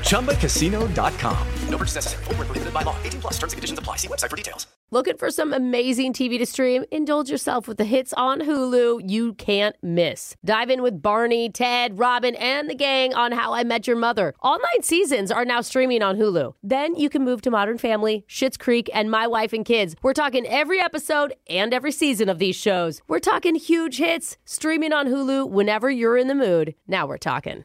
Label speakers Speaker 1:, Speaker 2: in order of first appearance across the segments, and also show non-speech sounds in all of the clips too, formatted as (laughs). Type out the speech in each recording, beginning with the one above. Speaker 1: ChumbaCasino.com. No purchase necessary, forward prohibited by law, 18 plus terms and conditions apply. See website for details.
Speaker 2: Looking for some amazing TV to stream? Indulge yourself with the hits on Hulu you can't miss. Dive in with Barney, Ted, Robin, and the gang on How I Met Your Mother. All nine seasons are now streaming on Hulu. Then you can move to Modern Family, Schitt's Creek, and My Wife and Kids. We're talking every episode and every season of these shows. We're talking huge hits, streaming on Hulu whenever you're in the mood. Now we're talking.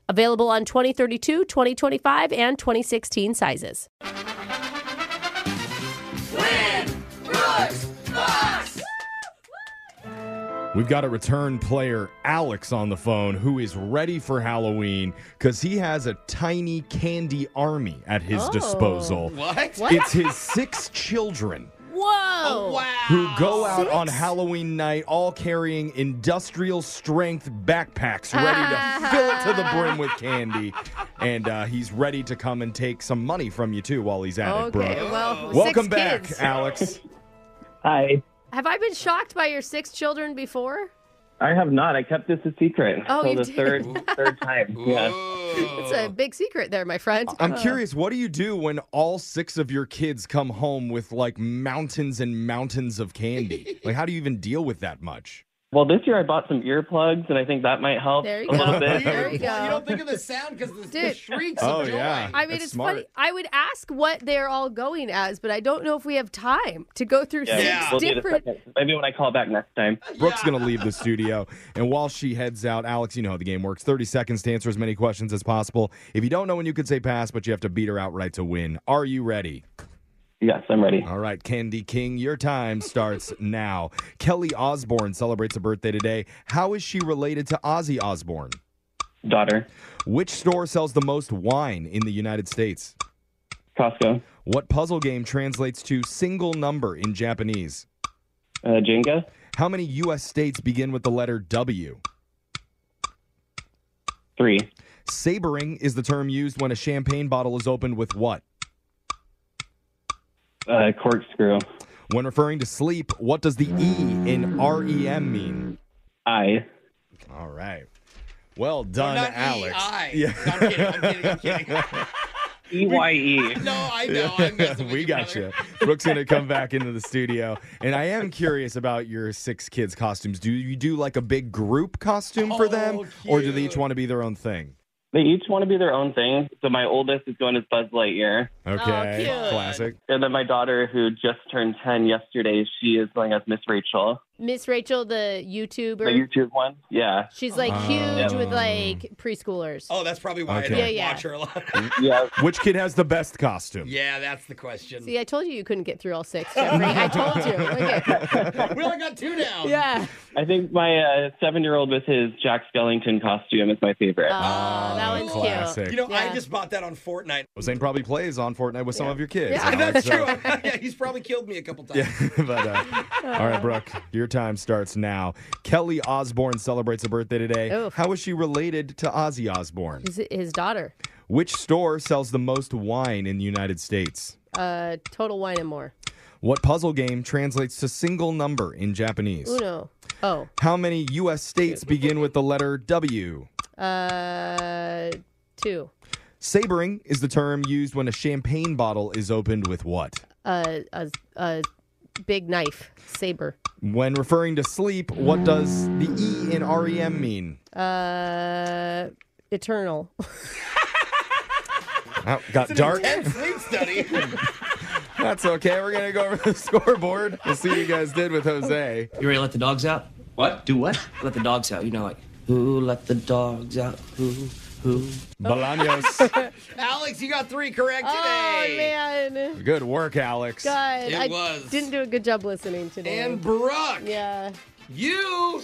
Speaker 2: Available on 2032, 2025, and 2016 sizes.
Speaker 3: We've got a return player, Alex, on the phone who is ready for Halloween because he has a tiny candy army at his
Speaker 2: Oh.
Speaker 3: disposal.
Speaker 4: What?
Speaker 3: It's his six children
Speaker 2: Whoa!
Speaker 3: who go out on Halloween night all carrying industrial strength backpacks
Speaker 2: (laughs)
Speaker 3: ready to fill it to the brim with candy. And uh, he's ready to come and take some money from you too while he's at it, bro.
Speaker 2: Okay, well, six
Speaker 3: Welcome back,
Speaker 2: kids.
Speaker 3: Alex.
Speaker 5: Hi.
Speaker 2: Have I been shocked by your six children before?
Speaker 5: I have not. I kept this a secret
Speaker 2: Oh,
Speaker 5: until
Speaker 2: you
Speaker 5: the
Speaker 2: did.
Speaker 5: third third
Speaker 4: (laughs)
Speaker 5: time. Yeah.
Speaker 2: It's a big secret there, my friend.
Speaker 3: I'm curious, what do you do when all six of your kids come home with like mountains and mountains of candy? like, how do you even deal with that much?
Speaker 5: Well, this year I bought some earplugs, and I think that might help
Speaker 2: There you
Speaker 5: a
Speaker 2: go.
Speaker 5: little bit.
Speaker 2: There you
Speaker 4: You
Speaker 2: go.
Speaker 4: don't think of the sound because the, the
Speaker 2: Dude.
Speaker 4: shrieks
Speaker 3: Oh,
Speaker 4: of joy.
Speaker 3: yeah.
Speaker 2: I mean,
Speaker 3: That's
Speaker 2: it's
Speaker 3: smart.
Speaker 2: funny. I would ask what they're all going as, but I don't know if we have time to go through
Speaker 5: (laughs) Yeah,
Speaker 4: Yeah.
Speaker 2: six
Speaker 5: we'll do it a
Speaker 2: different.
Speaker 5: second. Maybe when I call back next time.
Speaker 3: Brooke's going to leave the studio. And while she heads out, Alex, you know how the game works 30 seconds to answer as many questions as possible. If you don't know when you could say pass, but you have to beat her outright to win. Are you ready?
Speaker 5: Yes, I'm ready.
Speaker 3: All right, Candy King, your time starts now. Kelly Osborne celebrates a birthday today. How is she related to Ozzy Osbourne?
Speaker 5: Daughter,
Speaker 3: Which store sells the most wine in the United States?
Speaker 5: Costco,
Speaker 3: What puzzle game translates to single number in Japanese?
Speaker 5: uh, Jenga,
Speaker 3: How many U.S. states begin with the letter W?
Speaker 5: three,
Speaker 3: Sabering is the term used when a champagne bottle is opened with what?
Speaker 5: uh, corkscrew,
Speaker 3: When referring to sleep, what does the E in REM mean?
Speaker 5: I.
Speaker 3: All right. Well done,
Speaker 4: Not
Speaker 3: Alex.
Speaker 4: EI.
Speaker 3: Yeah.
Speaker 4: No, I'm kidding. I'm kidding. I'm kidding.
Speaker 5: E Y E.
Speaker 4: (laughs) No, I
Speaker 3: (laughs)
Speaker 4: know. I'm messing with
Speaker 3: we
Speaker 4: you,
Speaker 3: got
Speaker 4: brother.
Speaker 3: you. Brooke's gonna come back into the studio, and I am curious about your six kids' costumes. Do you do like a big group costume for them,
Speaker 4: Oh,
Speaker 3: or do they
Speaker 4: cute.
Speaker 3: each want to be their own thing?
Speaker 5: They each want to be their own thing. So my oldest is going as Buzz Lightyear,
Speaker 4: Oh,
Speaker 3: Okay,
Speaker 2: cute.
Speaker 3: classic.
Speaker 5: and then my daughter, who just turned ten yesterday, she is going as Miss Rachel,
Speaker 2: Miss Rachel, the
Speaker 5: the
Speaker 2: YouTuber,
Speaker 5: YouTube one. Yeah,
Speaker 2: she's like
Speaker 3: Oh.
Speaker 2: huge
Speaker 3: Yeah.
Speaker 2: with like preschoolers.
Speaker 4: Oh, that's probably why
Speaker 3: Okay.
Speaker 4: I don't
Speaker 2: Yeah, yeah.
Speaker 4: watch her a lot.
Speaker 3: (laughs)
Speaker 5: yeah.
Speaker 3: Which kid has the best costume?
Speaker 4: yeah, that's the question.
Speaker 2: See, I told you you couldn't get through all six, Jeffrey. I told you. Look at-
Speaker 4: we only got two now.
Speaker 2: Yeah.
Speaker 5: I think my uh, seven-year-old with his Jack Skellington costume is my favorite.
Speaker 4: uh,
Speaker 2: Oh, that one's
Speaker 3: classic.
Speaker 4: You know,
Speaker 2: Yeah.
Speaker 4: I just bought that
Speaker 2: (laughs)
Speaker 4: on Fortnite. (laughs)
Speaker 3: Hossein probably plays on Fortnite with some of your kids.
Speaker 2: Yeah.
Speaker 3: you know,
Speaker 4: That's
Speaker 3: so-
Speaker 4: true. yeah, he's probably killed me a couple times. (laughs)
Speaker 3: (laughs) but uh, all right, Brooke, your time starts now. Kelly Osborne celebrates a birthday today.
Speaker 2: Oof.
Speaker 3: How is she related to Ozzy Osbourne?
Speaker 2: cute. His, his daughter,
Speaker 3: Which store sells the most wine in the United States?
Speaker 2: uh, Total Wine and More.
Speaker 3: What puzzle game translates to single number in Japanese?
Speaker 2: Uno. Oh.
Speaker 3: How many U.S. states begin with the letter W?
Speaker 2: Uh, two.
Speaker 3: Sabering is the term used when a champagne bottle is opened with what?
Speaker 2: Uh, a, a big knife, saber.
Speaker 3: When referring to sleep, what does the E in REM mean?
Speaker 2: Uh, eternal.
Speaker 3: Oh, got dark.
Speaker 4: And sleep
Speaker 2: (laughs)
Speaker 4: study.
Speaker 3: That's okay. We're going to go over the (laughs) scoreboard. We'll see what you guys did with Jose.
Speaker 6: You ready to let the dogs out?
Speaker 5: What?
Speaker 6: Do what? Let the dogs out. You know, like, who let the dogs out? Who? Who?
Speaker 3: Bolaños.
Speaker 4: Alex, you got three correct today.
Speaker 2: Oh, man.
Speaker 3: Good work, Alex.
Speaker 2: God,
Speaker 4: It
Speaker 2: I
Speaker 4: was.
Speaker 2: didn't do a good job listening today.
Speaker 4: And Brooke,
Speaker 2: yeah.
Speaker 4: you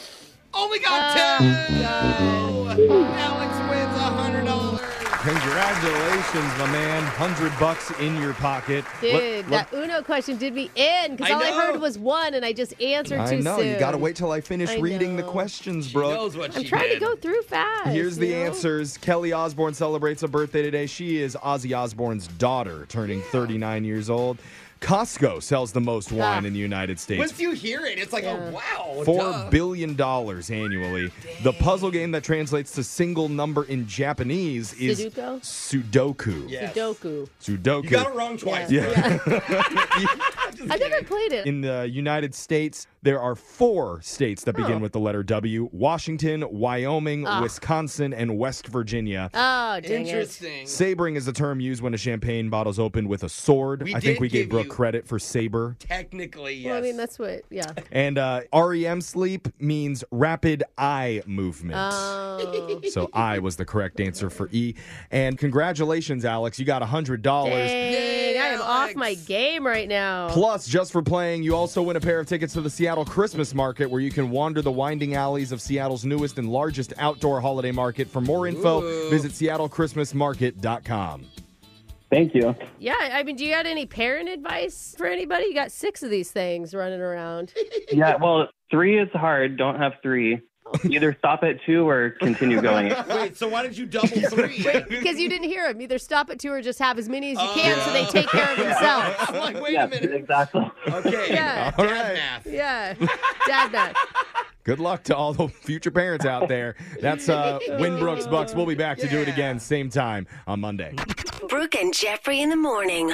Speaker 4: only
Speaker 2: Oh.
Speaker 4: got ten. Oh, Alex wins hundred dollars.
Speaker 3: Congratulations, my man. 100 bucks in your pocket.
Speaker 2: Dude,
Speaker 3: Let- let-
Speaker 2: that Uno question did me in because
Speaker 4: I
Speaker 2: all I
Speaker 4: know.
Speaker 2: heard was one and I just answered
Speaker 3: I
Speaker 2: too
Speaker 3: know.
Speaker 2: soon.
Speaker 3: You got to wait till I finish
Speaker 2: I
Speaker 3: reading the
Speaker 2: know.
Speaker 3: questions,
Speaker 4: She
Speaker 3: bro.
Speaker 4: knows what
Speaker 2: I'm
Speaker 4: she
Speaker 2: trying to
Speaker 4: did.
Speaker 2: go through fast.
Speaker 3: Here's the
Speaker 2: you know?
Speaker 3: answers. Kelly Osbourne celebrates a birthday today. She is Ozzy Osbourne's daughter, turning 39 years old. Costco sells the most wine
Speaker 2: Ah.
Speaker 3: in the United States.
Speaker 4: Once you hear it, it's like, oh wow.
Speaker 3: Four
Speaker 4: duh.
Speaker 3: billion dollars annually. The puzzle game that translates to single number in Japanese is
Speaker 2: Sudoku?
Speaker 3: Sudoku.
Speaker 4: Yes.
Speaker 2: Sudoku.
Speaker 3: Sudoku.
Speaker 4: You got it wrong twice.
Speaker 3: Yeah.
Speaker 2: (laughs)
Speaker 3: (laughs)
Speaker 4: (laughs)
Speaker 2: I never played it.
Speaker 3: In the United States, there are four states that
Speaker 4: Oh.
Speaker 3: begin with the letter W: Washington, Wyoming,
Speaker 4: Ah.
Speaker 3: Wisconsin, and West Virginia.
Speaker 2: oh, dang it.
Speaker 4: Interesting.
Speaker 3: Sabering is a term used when a champagne bottle's opened with a sword.
Speaker 4: We
Speaker 3: I think
Speaker 4: did
Speaker 3: we gave
Speaker 4: give
Speaker 3: Brooke
Speaker 4: you-
Speaker 3: credit for saber.
Speaker 4: Technically, yes.
Speaker 2: Well, I mean, that's what, yeah.
Speaker 3: And uh, REM sleep means rapid eye movement.
Speaker 2: Oh.
Speaker 3: So I was the correct answer for E. And congratulations, Alex. You got $100.
Speaker 2: Dang, I am off my game right now.
Speaker 3: Plus, just for playing, you also win a pair of tickets to the Seattle Christmas Market, where you can wander the winding alleys of Seattle's newest and largest outdoor holiday market. For more info, visit seattlechristmasmarket.com.
Speaker 5: Thank you.
Speaker 2: Yeah, I mean, do you got any parent advice for anybody? You got six of these things running around.
Speaker 5: Yeah,
Speaker 4: (laughs)
Speaker 5: well, three is hard. Don't have three. Either stop at two or continue going.
Speaker 4: (laughs) Wait, so why did
Speaker 2: (laughs)
Speaker 4: you double three?
Speaker 2: Because you didn't hear them. Either stop at two or just have as many as you can so they take care of themselves.
Speaker 4: I'm (laughs) like, wait
Speaker 5: Yeah,
Speaker 4: a minute.
Speaker 5: exactly.
Speaker 4: Okay.
Speaker 2: Yeah.
Speaker 3: All
Speaker 4: Dad
Speaker 3: right.
Speaker 4: math.
Speaker 2: Yeah. Dad math.
Speaker 3: Good luck to all the future parents out there. That's uh, Winbrooks Bucks. We'll be back to do it
Speaker 4: Yeah.
Speaker 3: again, same time on Monday.
Speaker 7: Brooke and Jeffrey in the morning.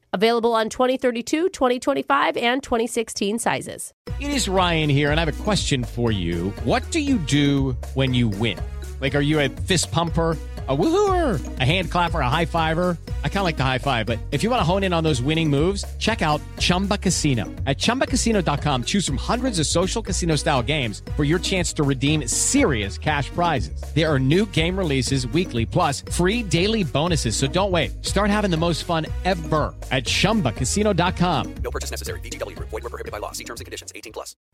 Speaker 2: Available on 2032, 2025, and 2016 sizes.
Speaker 8: It is Ryan here, and I have a question for you. What do you do when you win? Like, are you a fist pumper? A woohooer, a hand clapper, a high fiver. I kind of like the high five, but if you want to hone in on those winning moves, check out Chumba Casino. At chumbacasino.com, choose from hundreds of social casino style games for your chance to redeem serious cash prizes. There are new game releases weekly, plus free daily bonuses. So don't wait. Start having the most fun ever at chumbacasino.com.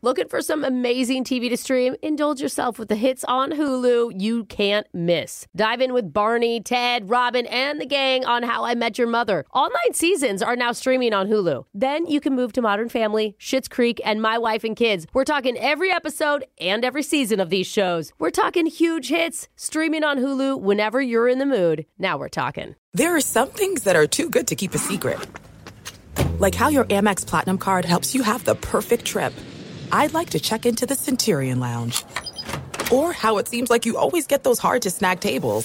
Speaker 2: Looking for some amazing TV to stream? Indulge yourself with the hits on Hulu you can't miss. Dive in with Barney, Ted, Robin, and the gang on How I Met Your Mother. All nine seasons are now streaming on Hulu. Then you can move to Modern Family, Schitt's Creek, and My Wife and Kids. We're talking every episode and every season of these shows. We're talking huge hits, streaming on Hulu whenever you're in the mood. Now we're talking.
Speaker 9: There are some things that are too good to keep a secret. Like how your Amex Platinum card helps you have the perfect trip. I'd like to check into the Centurion Lounge. Or how it seems like you always get those hard to snag tables.